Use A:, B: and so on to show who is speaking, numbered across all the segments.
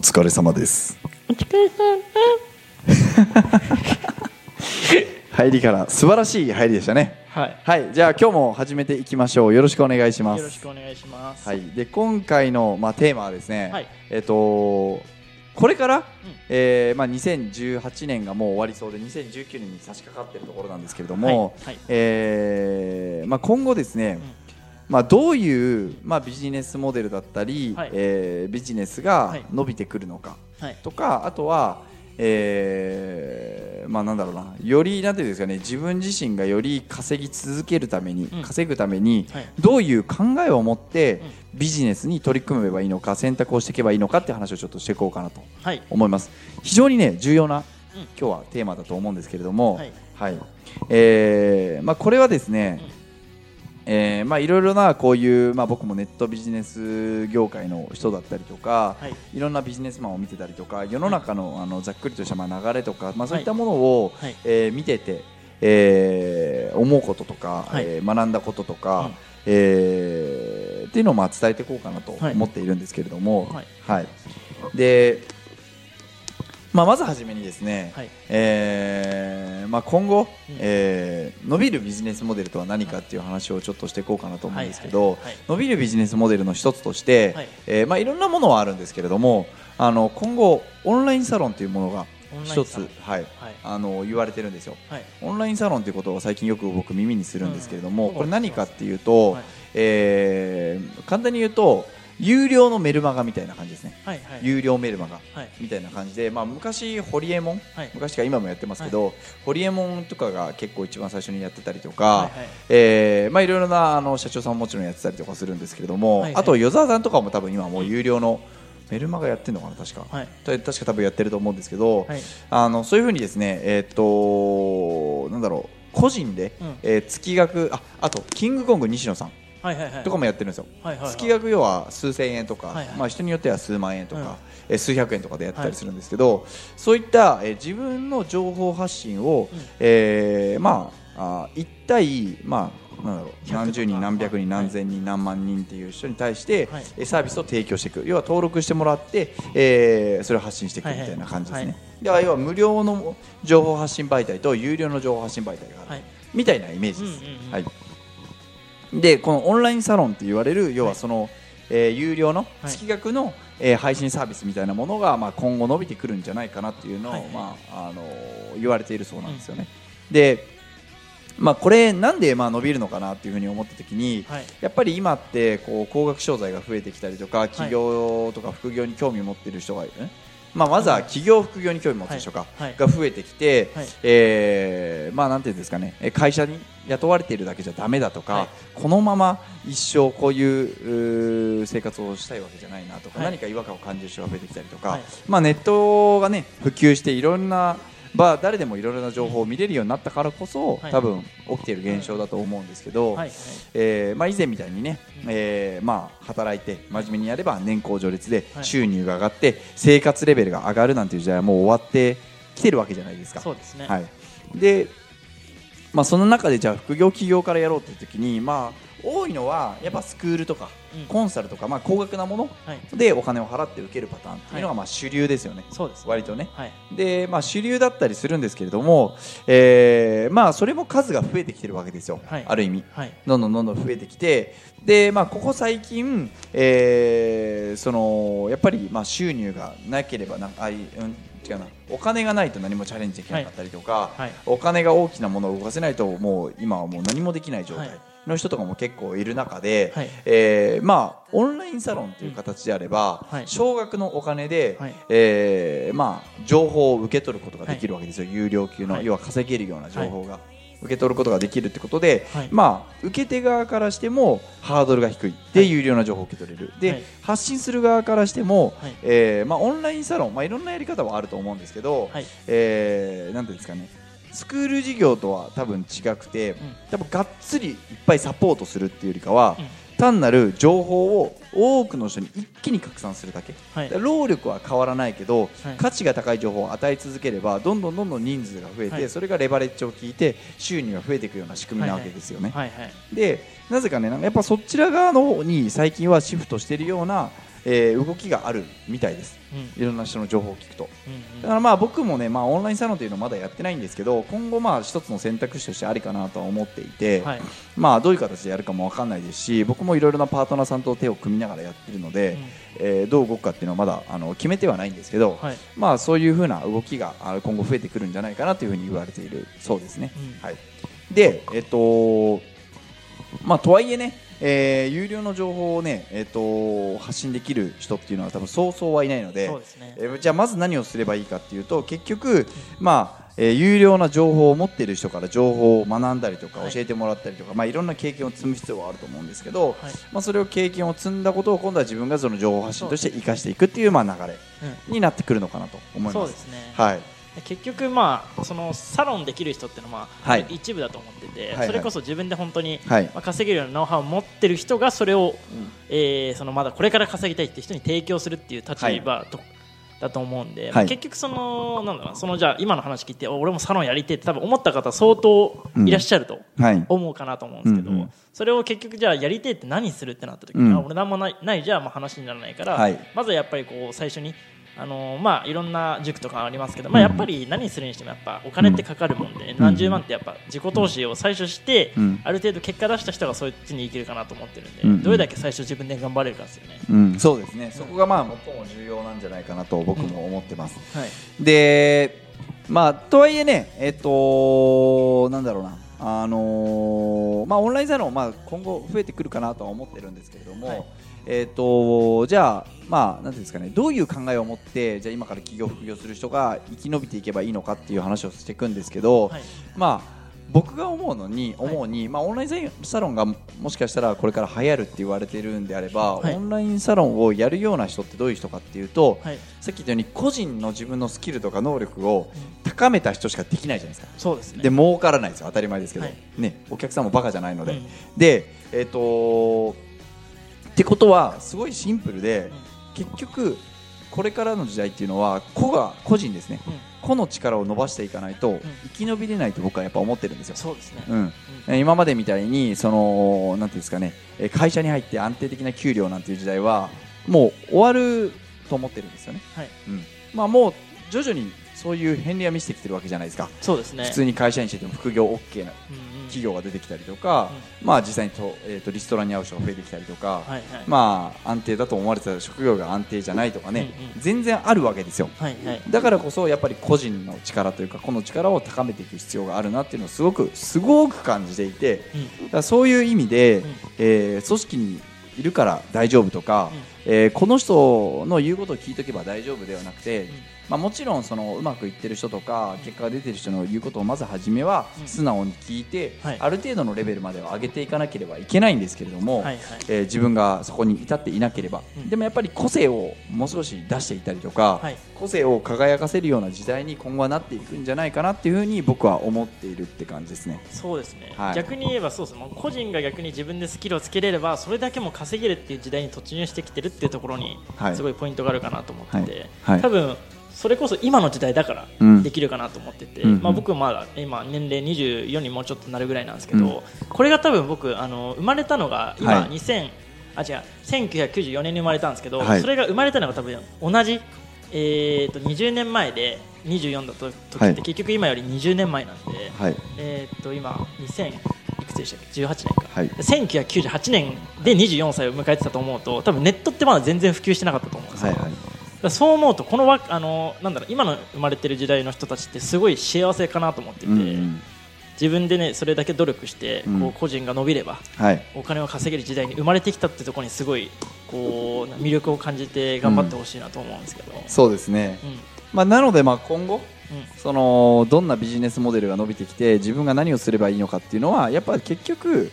A: 疲れ様です
B: お疲れ様
A: 入りから素晴らしい入りでしたね
B: はい
A: はいじゃあ今日も始めていきましょうよろしくお願いします
B: よろしくお願いします
A: はい、で今回の、まあ、テーマはですね、
B: はい
A: えっとこれから、えーまあ、2018年がもう終わりそうで2019年に差し掛かっているところなんですけれども、
B: はいはい
A: えーまあ、今後ですね、まあ、どういう、まあ、ビジネスモデルだったり、
B: はい
A: えービジネスが
B: はい
A: 伸びてくるのか
B: はい
A: とかあとは、えーまあ、なんだろうなよりなんていうんですかね自分自身がより稼ぎ続けるために、
B: うん
A: 稼ぐために、
B: はい
A: どういう考えを持って
B: うん
A: ビジネスに取り組めばいいのか選択をしていけばいいのかって話をちょっとしていこうかなと
B: はい
A: 思います非常にね重要な
B: うん
A: 今日はテーマだと思うんですけれども、
B: はい
A: えーまあ、これはですね、
B: うん
A: えーまあ、いろいろなこういう、まあ、僕もネットビジネス業界の人だったりとか、
B: はい
A: いろんなビジネスマンを見てたりとか世の中のあのざっくりとしたまあ流れとか、まあ、そういったものを、
B: はい
A: えー見てて、えー思うこととか、
B: はい
A: えー学んだこととか、
B: うん
A: えーっていうのをまあ伝えていこうかなと
B: はい
A: 思っているんですけれども、
B: はい
A: で、まあ、まずはじめにですね、
B: はい
A: えーまあ、今後、
B: うん
A: えー伸びるビジネスモデルとは何かっていう話をちょっとしていこうかなと思うんですけど、
B: はいはいはい
A: 伸びるビジネスモデルの一つとして、
B: はい
A: いえーまあ、いろんなものはあるんですけれどもあの今後オンラインサロンというものが
B: オンライ
A: 一
B: ンサロン
A: つ、はい
B: はい
A: あの言われてるんですよ。
B: はい
A: オンラインサロンということを最近よく僕耳にするんですけれども、
B: うん
A: これ何かっていうと、
B: はい
A: えー簡単に言うと有料のメルマガみたいな感じですね、
B: はいはい
A: 有料メルマガ
B: はい
A: みたいな感じで、まあ、昔ホリエモン、
B: はい
A: 昔か今もやってますけど、ホリエモンとかが結構一番最初にやってたりとか、
B: はいはい
A: えーまあ、いろいろなあの社長さんももちろんやってたりとかするんですけれども、
B: はいはい
A: あと与沢さんとかも多分今もう有料のメルマガやってるのかな確か、
B: はい
A: た確か多分やってると思うんですけど、
B: はい
A: あのそういうふうにですねえーっとなんだろう個人で、
B: うん
A: えー月額ああとキングコング西野さん
B: はいはいはい
A: とかもやってるんですよ、
B: はいはいはい
A: 月額要は数千円とか、
B: はいはい
A: まあ、人によっては数万円とか、
B: うん
A: えー数百円とかでやったりするんですけど、そういった、えー自分の情報発信を、
B: うん
A: えーまああ1対、まあ、なんだろ
B: 100
A: う何十人
B: とか
A: 何百人
B: はい
A: 何千人何万人っていう人に対して、
B: はい
A: えーサービスを提供していく要は登録してもらって、えーそれを発信していくみたいな感じですね。
B: はいはい
A: では要は無料の情報発信媒体と有料の情報発信媒体がある、
B: はい
A: みたいなイメージです。
B: うんうんうん
A: はいでこのオンラインサロンって言われる要はその、えー有料の
B: はい
A: 月額の、えー配信サービスみたいなものが、まあ、今後伸びてくるんじゃないかなっていうのを、
B: はいはい
A: まああのー言われているそうなんですよね。で、まあ、これなんでまあ伸びるのかなっていうふうに思った時に、
B: はい
A: やっぱり今ってこう高額商材が増えてきたりとか起業とか副業に興味を持ってる人がいる、まあ、まずは起業副業に興味を持ってる人か、
B: はいはい
A: が増えてきて、
B: はい
A: えーまあなんていうんですかねえ会社に雇われているだけじゃダメだとか、
B: はい
A: このまま一生こういううー生活をしたいわけじゃないなとか、
B: はい
A: 何か違和感を感じる人が増えてきたりとか、
B: はい
A: まあネットがね普及していろんなまあ誰でもいろいろな情報を見れるようになったからこそ、
B: はい
A: 多分起きている現象だと思うんですけど、
B: はいはい
A: えーまあ、以前みたいにね、
B: うん
A: えーまあ、働いて真面目にやれば年功序列で
B: はい
A: 収入が上がって生活レベルが上がるなんていう時代はもう終わってきてるわけじゃないですか。
B: そうですね
A: はい、で、まあ、その中でじゃあ副業起業からやろうって時に、まあ、多いのはやっぱスクールとか
B: うん
A: コンサルとか、まあ、高額なもの
B: はい
A: でお金を払って受けるパターンっていうのがまあ主流ですよね、
B: そうです
A: 割とね。
B: はい
A: で、まあ、主流だったりするんですけれども、えーまあ、それも数が増えてきてるわけですよ、
B: はい
A: ある意味。
B: はい
A: どんどんどんどん増えてきてで、まあ、ここ最近、えーそのやっぱりまあ収入がなければなあい、うん、違うなお金がないと何もチャレンジできなかったりとか、
B: はいはい
A: お金が大きなものを動かせないともう今はもう何もできない状態。
B: はい
A: の人とかも結構いる中で、
B: はい
A: えーまあ、オンラインサロンという形であれば、
B: うんはい
A: 少額のお金で、
B: はい
A: えーまあ、情報を受け取ることができるわけですよ、有料級の、
B: はい
A: 要は稼げるような情報が、受け取ることができるってことで、
B: はい
A: まあ、受け手側からしてもハードルが低いで、有料な情報を受け取れるで、
B: はい
A: 発信する側からしても、
B: はい
A: えーまあ、オンラインサロン、まあ、いろんなやり方はあると思うんですけど、
B: はい
A: えーなんていうんですかねスクール事業とは多分違くて、
B: ん
A: 多分がっつりいっぱいサポートするっていうよりかは、
B: うん
A: 単なる情報を多くの人に一気に拡散するだけ、
B: はい
A: 労力は変わらないけど、
B: はい
A: 価値が高い情報を与え続ければどんどんどんどん人数が増えて、
B: はい
A: それがレバレッジを効いて収入が増えていくような仕組みなわけですよね。
B: はいはい
A: でなぜかねなんかやっぱそちら側の方に最近はシフトしてるようなえー動きがあるみたいです
B: うん
A: いろんな人の情報を聞くと
B: うん
A: だからまあ僕もね、まあ、オンラインサロンというのはまだやってないんですけど今後まあ一つの選択肢としてありかなとは思っていて、
B: うんはい
A: まあどういう形でやるかも分かんないですし僕もいろいろなパートナーさんと手を組みながらやってるので、えーどう動くかっていうのはまだあの決めてはないんですけど、
B: はい
A: まあそういうふうな動きがあの今後増えてくるんじゃないかなというふうに言われているそうですね。
B: うん
A: はい、で、えっとまあ、とはいえね、えー有料の情報を、ねえっと発信できる人っていうのは多分そうそうはいないので
B: そうですね
A: えーじゃあまず何をすればいいかっていうと結局、まあえー有料な情報を持っている人から情報を学んだりとか
B: はい
A: 教えてもらったりとか、いまあ、いろんな経験を積む必要はあると思うんですけど、
B: はい
A: まあ、それを経験を積んだことを今度は自分がその情報発信として生かしていくっていうまあ流れになってくるのかなと思い
B: そ
A: ま。
B: うですすね
A: はい、
B: 結局まあそのサロンできる人ってのはまあ
A: はい
B: 一部だと思ってて
A: はい
B: それこそ自分で本当に
A: はい
B: まあ稼げるようなノウハウを持ってる人がそれをえーそのまだこれから稼ぎたいって人に提供するっていう立場とだと思うんで、
A: はい
B: 結局そのなんだろうなそのじゃあ今の話聞いてお俺もサロンやりてえって多分思った方相当いらっしゃると。
A: はい
B: 思うかなと思うんですけど、
A: うんうん
B: それを結局じゃあやりてえって何するってなった時に、
A: うん
B: あ俺何もないないじゃあまあ話にならないから、
A: はい
B: まずはやっぱりこう最初に。あのーまあ、いろんな塾とかありますけど、まあ、やっぱり何するにしてもやっぱお金ってかかるもんで、何十万ってやっぱ自己投資を最初して、
A: うん
B: ある程度結果出した人がそっちにいけるかなと思ってるんで、
A: うんうん
B: どれだけ最初自分で頑張れるかですよね。
A: うん、そうですねそこがまあ最も重要なんじゃないかなと僕も思ってます。
B: はい、
A: でまあとはいえねえっとなんだろうなあのーまあオンラインサロンまあ今後増えてくるかなとは思ってるんですけれども、
B: はい
A: えっとじゃあまあなんていうんですかねどういう考えを持ってじゃあ今から起業副業する人が生き延びていけばいいのかっていう話をしていくんですけど、
B: はい
A: まあ僕が思うのに思うに、まあオンラインサロンがもしかしたらこれから流行るって言われてるんであれば、
B: はい
A: オンラインサロンをやるような人ってどういう人かっていうと、
B: はい
A: さっき言ったように個人の自分のスキルとか能力を高めた人しかできないじゃないですか。
B: そうですね
A: で儲からないですよ当たり前ですけど、
B: はい
A: ねお客さんもバカじゃないので、
B: うん
A: でえっ、とってことはすごいシンプルで、結局これからの時代っていうのは個が個人ですね
B: うんうん
A: 個の力を伸ばしていかないと生き延びれないと僕はやっぱ思ってるんですよ。
B: そうですね、
A: うん今までみたいにそのなんていうんですかねえー会社に入って安定的な給料なんていう時代はもう終わると思ってるんですよね、
B: はい
A: うんまあ、もう徐々にそういう返りは見せてきてるわけじゃないですか、
B: そうですね
A: 普通に会社員してても副業 OK な
B: うんうん
A: 企業が出てきたりとか、まあ、実際にと、えーとリストラに合う人が増えてきたりとか、
B: はいはい、
A: まあ、安定だと思われてた職業が安定じゃないとかね、
B: うんうん
A: 全然あるわけですよ。
B: はいはい
A: だからこそやっぱり個人の力というか個の力を高めていく必要があるなっていうのをすごくすごく感じていて
B: うん
A: だからそういう意味で、
B: ん
A: えー組織にいるから大丈夫とか、えーこの人の言うことを聞いとけば大丈夫ではなくて、まあ、もちろんそのうまくいってる人とか結果が出てる人の言うことをまず初めは
B: うん
A: 素直に聞いて、
B: はい
A: ある程度のレベルまでは上げていかなければいけないんですけれども、
B: はいはい
A: えー自分がそこに至っていなければ、
B: うん
A: でもやっぱり個性をもう少し出していたりとか、
B: はい
A: 個性を輝かせるような時代に今後はなっていくんじゃないかなっていうふうに僕は思っているって感じですね。
B: そうですね、
A: はい
B: 逆に言えばそうですねもう個人が逆に自分でスキルをつけれればそれだけも稼げるっていう時代に突入してきてるっていうところに
A: はい
B: すごいポイントがあるかなと思ってて、
A: はいはい
B: 多分それこそ今の時代だか
A: う
B: ら
A: ん
B: できるかなと思ってて、
A: うんうん
B: まあ、僕まだ今年齢24にもうちょっとなるぐらいなんですけど、
A: うん
B: これが多分僕あの生まれたのが今
A: はい
B: 2000、あ違う1994年に生まれたんですけど、
A: はい
B: それが生まれたのが多分同じ、えー、と20年前で24だった時って、
A: はい
B: 結局今より20年前なんで、
A: はい、
B: えーっと今2000いくつでしたっけ18年か、
A: はい
B: 1998年で24歳を迎えてたと思うと多分ネットってまだ全然普及してなかったと思うんですよ、だからそう思うとこのわあのなんだろう今の生まれてる時代の人たちってすごい幸せかなと思ってて、
A: うんうん
B: 自分でねそれだけ努力して、
A: うん
B: こう個人が伸びれば
A: はい
B: お金を稼げる時代に生まれてきたってところにすごいこう魅力を感じて頑張ってほしいなと思うんですけど、う
A: そうですね、
B: ん
A: まあ、なのでまあ今後
B: うん
A: そのどんなビジネスモデルが伸びてきて自分が何をすればいいのかっていうのはやっぱり結局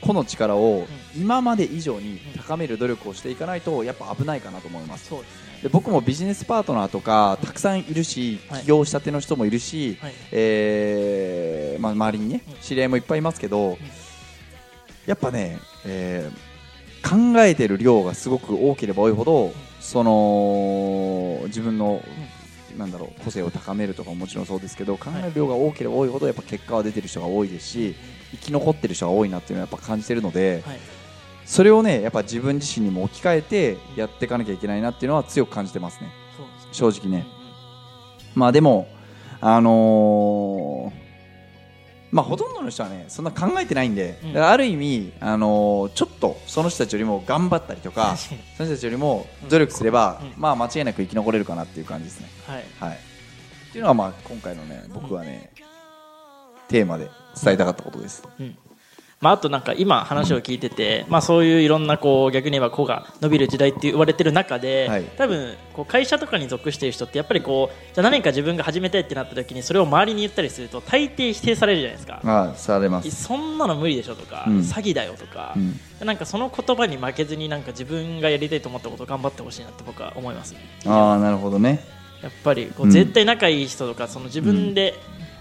A: 個の力を今まで以上に高める努力をしていかないとやっぱ危ないかなと思います
B: そうですね
A: で僕もビジネスパートナーとかたくさんいるし
B: はい
A: 起業したての人もいるし、
B: はい
A: えーまあ、周りにね
B: うん
A: 知り合いもいっぱいいますけどやっぱね、えー考えてる量がすごく多ければ多いほどその自分のなんだろう個性を高めるとかももちろんそうですけど考える量が多ければ多いほどやっぱ結果は出てる人が多いですし生き残ってる人が多いなっていうのはやっぱ感じてるので、
B: はい
A: それをねやっぱ自分自身にも置き換えてやっていかなきゃいけないなっていうのは強く感じてますね
B: そうですね
A: 正直ねまあでもあのーまあ、ほとんどの人はねそんな考えてないんで、
B: うん
A: だからある意味、あのーちょっとその人たちよりも頑張ったりとか
B: 確かに
A: その人たちよりも努力すれば、
B: うん
A: まあ間違いなく生き残れるかなっていう感じですね。
B: はい
A: はい、っていうのはまあ今回のね僕はね、テーマで伝えたかったことです。
B: うんまあ、あとなんか今話を聞いてて、まあ、そういういろんなこう逆に言えば子が伸びる時代って言われてる中で、
A: はい
B: 多分こう会社とかに属している人ってやっぱりこうじゃあ何か自分が始めたいってなった時にそれを周りに言ったりすると大抵否定されるじゃないですか。
A: ああされま
B: い
A: す、
B: そんなの無理でしょとか、
A: うん
B: 詐欺だよとか
A: う、ん、
B: なんかその言葉に負けずになんか自分がやりたいと思ったことを頑張ってほしいなって僕は思いますね
A: ああなるほどね。
B: やっぱり
A: う
B: こうん絶対仲いい人とかその自分で、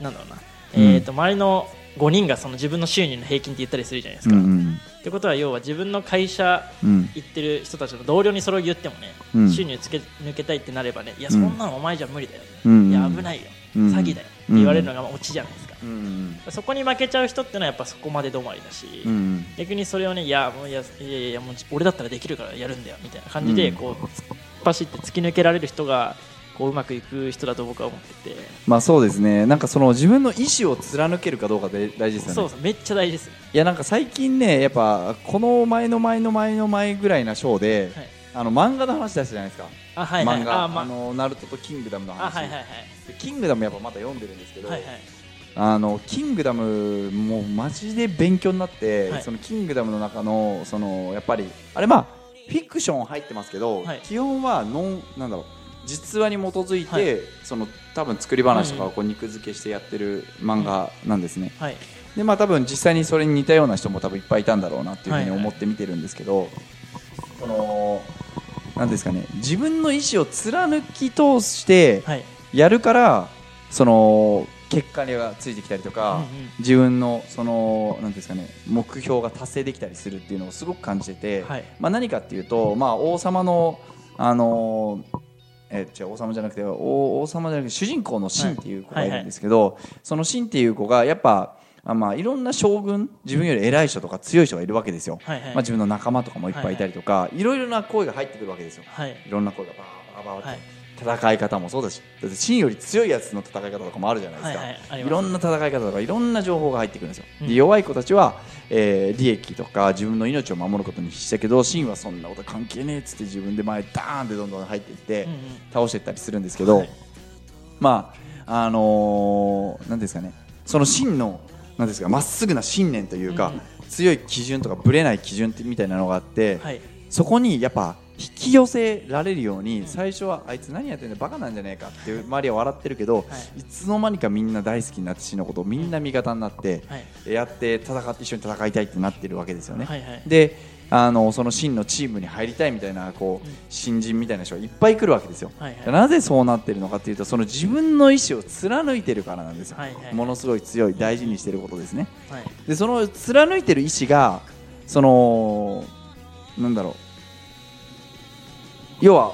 B: なんだろうな、
A: うん
B: えー、と周りの5人がその自分の収入の平均って言ったりするじゃないです
A: う
B: か。
A: ん
B: ってことは要は自分の会社
A: うんうん
B: 行ってる人たちの同僚にそれを言ってもね、
A: うん
B: 収入つけ抜けたいってなればねいや
A: うん
B: そんなのお前じゃ無理だよ、
A: うん
B: いや危ないよ、
A: うん
B: 詐欺だよって言われるのがまあオチじゃないですか、
A: うん
B: そこに負けちゃう人ってのはやっぱそこまで止まりだし、
A: うん
B: 逆にそれをねいやもういやいやいやもう俺だったらできるからやるんだよみたいな感じで
A: うん
B: こう、突っ走って突き抜けられる人がこううまくいく人だと僕は思ってて、
A: まあそうですねなんかその自分の意思を貫けるかどうかで大事ですよね
B: そうそうめっちゃ大事です、
A: いやなんか最近ねやっぱこの前の前の前の前ぐらいなショーで、
B: はい、
A: あの漫画の話出したじゃないですか、
B: あはいはい
A: 漫画
B: あ
A: あ,、
B: ま
A: のナルトとキングダムの
B: あ
A: 話
B: はいはいはい
A: でキングダムやっぱまだ読んでるんですけど、
B: はいはい
A: あのキングダムもうマジで勉強になって、
B: はい
A: そのキングダムの中のそのやっぱりあれまあフィクション入ってますけど、
B: はい
A: 基本はノンなんだろう実話に基づいて、
B: はい
A: その多分作り話とかをこう肉付けしてやってる漫画なんですね、
B: はい
A: でまあ多分実際にそれに似たような人も多分いっぱいいたんだろうなっていうふうに
B: はいはい
A: 思って見てるんですけど、そのなんですかね自分の意思を貫き通して
B: はい
A: やるからその結果がついてきたりとか、
B: うんうん
A: 自分のそのなんていうんですかね目標が達成できたりするっていうのをすごく感じてて、
B: はい
A: まあ何かっていうとまあ王様のあのえ違う王様じゃなくて王王様じゃなくて主人公のシンっていう子がいるんですけど、そのシンっていう子がやっぱあまあいろんな将軍自分より偉い人とか強い人がいるわけですよ、
B: はいはい
A: まあ自分の仲間とかもいっぱいいたりとか、いろいろな声が入ってくるわけですよ
B: はい
A: いろんな声がバーバーバーって、
B: はい
A: 戦い方もそうだしだって芯より強いやつの戦い方とかもあるじゃないですか、
B: はいはいあります
A: ろんな戦い方とかいろんな情報が入ってくるんですよ、
B: うん
A: で弱い子たちは、えー利益とか自分の命を守ることに必死だけど芯はそんなこと関係ねえっつって自分で前ダーンってどんどん入っていって、
B: うんうん
A: 倒していったりするんですけど、
B: はい
A: まああのーなんですかねその真のなんですかまっすぐな信念というか、強い基準とかぶれない基準ってみたいなのがあって、
B: はい
A: そこにやっぱ引き寄せられるように
B: ん
A: 最初はあいつ何やってんだバカなんじゃねえかっていう周りは笑ってるけど、、
B: はい
A: つの間にかみんな大好きになって死のことをみんな味方になって
B: はい
A: やって戦って一緒に戦いたいってなってるわけですよね。
B: はいはい
A: であのその真のチームに入りたいみたいなこう、
B: うん
A: 新人みたいな人がいっぱい来るわけですよ、
B: はいはい
A: でなぜそうなってるのかっていうとその自分の意思を貫いてるからなんですよ、
B: はいはい
A: ものすごい強い大事にしてることですね、
B: はい
A: でその貫いてる意志がそのなんだろう要は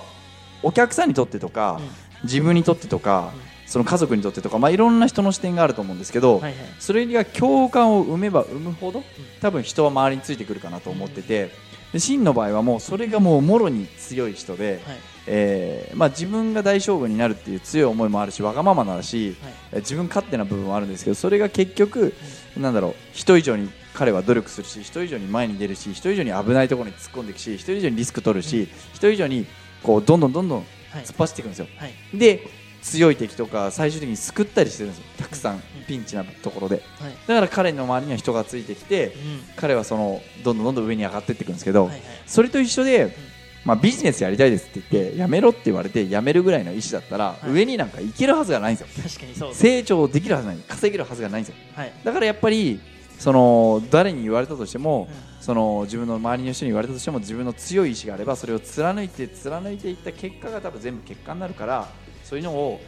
A: お客さんにとってとか、自分にとってとか、その家族にとってとか、まあ、いろんな人の視点があると思うんですけど、
B: はいはい
A: それが共感を生めば生むほど多分人は周りについてくるかなと思ってて、で真の場合はもうそれがもうもろに強い人で、
B: はい
A: えーまあ、自分が大将軍になるっていう強い思いもあるしわがままだし、
B: はい
A: えー自分勝手な部分もあるんですけどそれが結局、なんだろう人以上に彼は努力するし人以上に前に出るし人以上に危ないところに突っ込んでいくし人以上にリスク取るし、
B: うん
A: 人以上にこうどんどんどんどん
B: はい
A: 突っ走っていくんですよ。
B: はい
A: で強い敵とか最終的に救ったりしてるんですよたくさんピンチなところで
B: はい
A: だから彼の周りには人がついてきて
B: うん
A: 彼はそのどんどんどんどん上に上がっていっていくんですけど、
B: はいはい
A: それと一緒で、まあ、ビジネスやりたいですって言ってやめろって言われてやめるぐらいの意思だったら、
B: い
A: 上になんか行けるはずがないんですよ
B: 確かにそうです
A: 成長できるはずない稼げるはずがないんですよ
B: はい
A: だからやっぱりその誰に言われたとしても、
B: う
A: その自分の周りの人に言われたとしても自分の強い意志があればそれを貫いて貫いていった結果が多分全部結果になるからそういうのを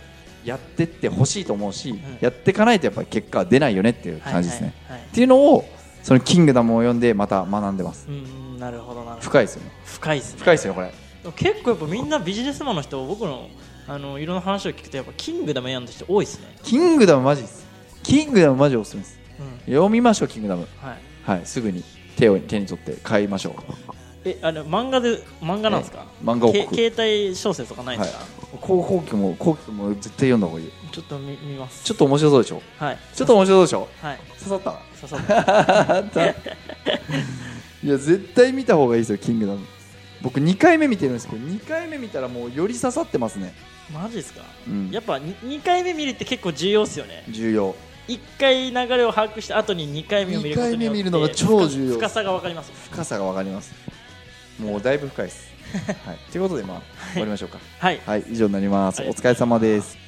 A: やってってほしいと思うし、
B: ん
A: やっていかないとやっぱり結果は出ないよねっていう感じですね。
B: はいはい
A: っていうのをそのキングダムを読んでまた学んでます
B: はいうんなるほどなるほど
A: 深いですよね
B: 深いですね
A: 深いですよこれ
B: でも結構やっぱみんなビジネスマンの人僕のあのいろんな話を聞くとやっぱキングダムやんだ人多いですね
A: キングダムマジですキングダムマジおすすめです
B: うん
A: 読みましょうキングダム
B: はい
A: はいすぐに手を手に取って買いましょ
B: えあれ漫画で漫画なんですか、
A: え漫画王国
B: け携帯小説とかないんですか、
A: うこう後期も後期も絶対読んだ方がいいよ
B: ちょっと見見ます
A: ちょっと面白そうでしょ
B: はい
A: ちょっと面白そうでしょ
B: はい
A: 刺さ った
B: 刺さった
A: あった いや絶対見た方がいいですよ「キングダム」僕2回目見てるんですけど2回目見たらもうより刺さってますね、
B: マジですか
A: うん
B: やっぱに2回目見るって結構重要ですよね
A: 重要
B: 1回流れを把握した後に2回目を見ることによ
A: 二回
B: って
A: 目見るのが超重要
B: 深さが分かります
A: 深さが分かりますもう だいぶ深いですはいということでまあ終わりましょうか
B: はい
A: はい以上になります
B: はい
A: お疲れ様です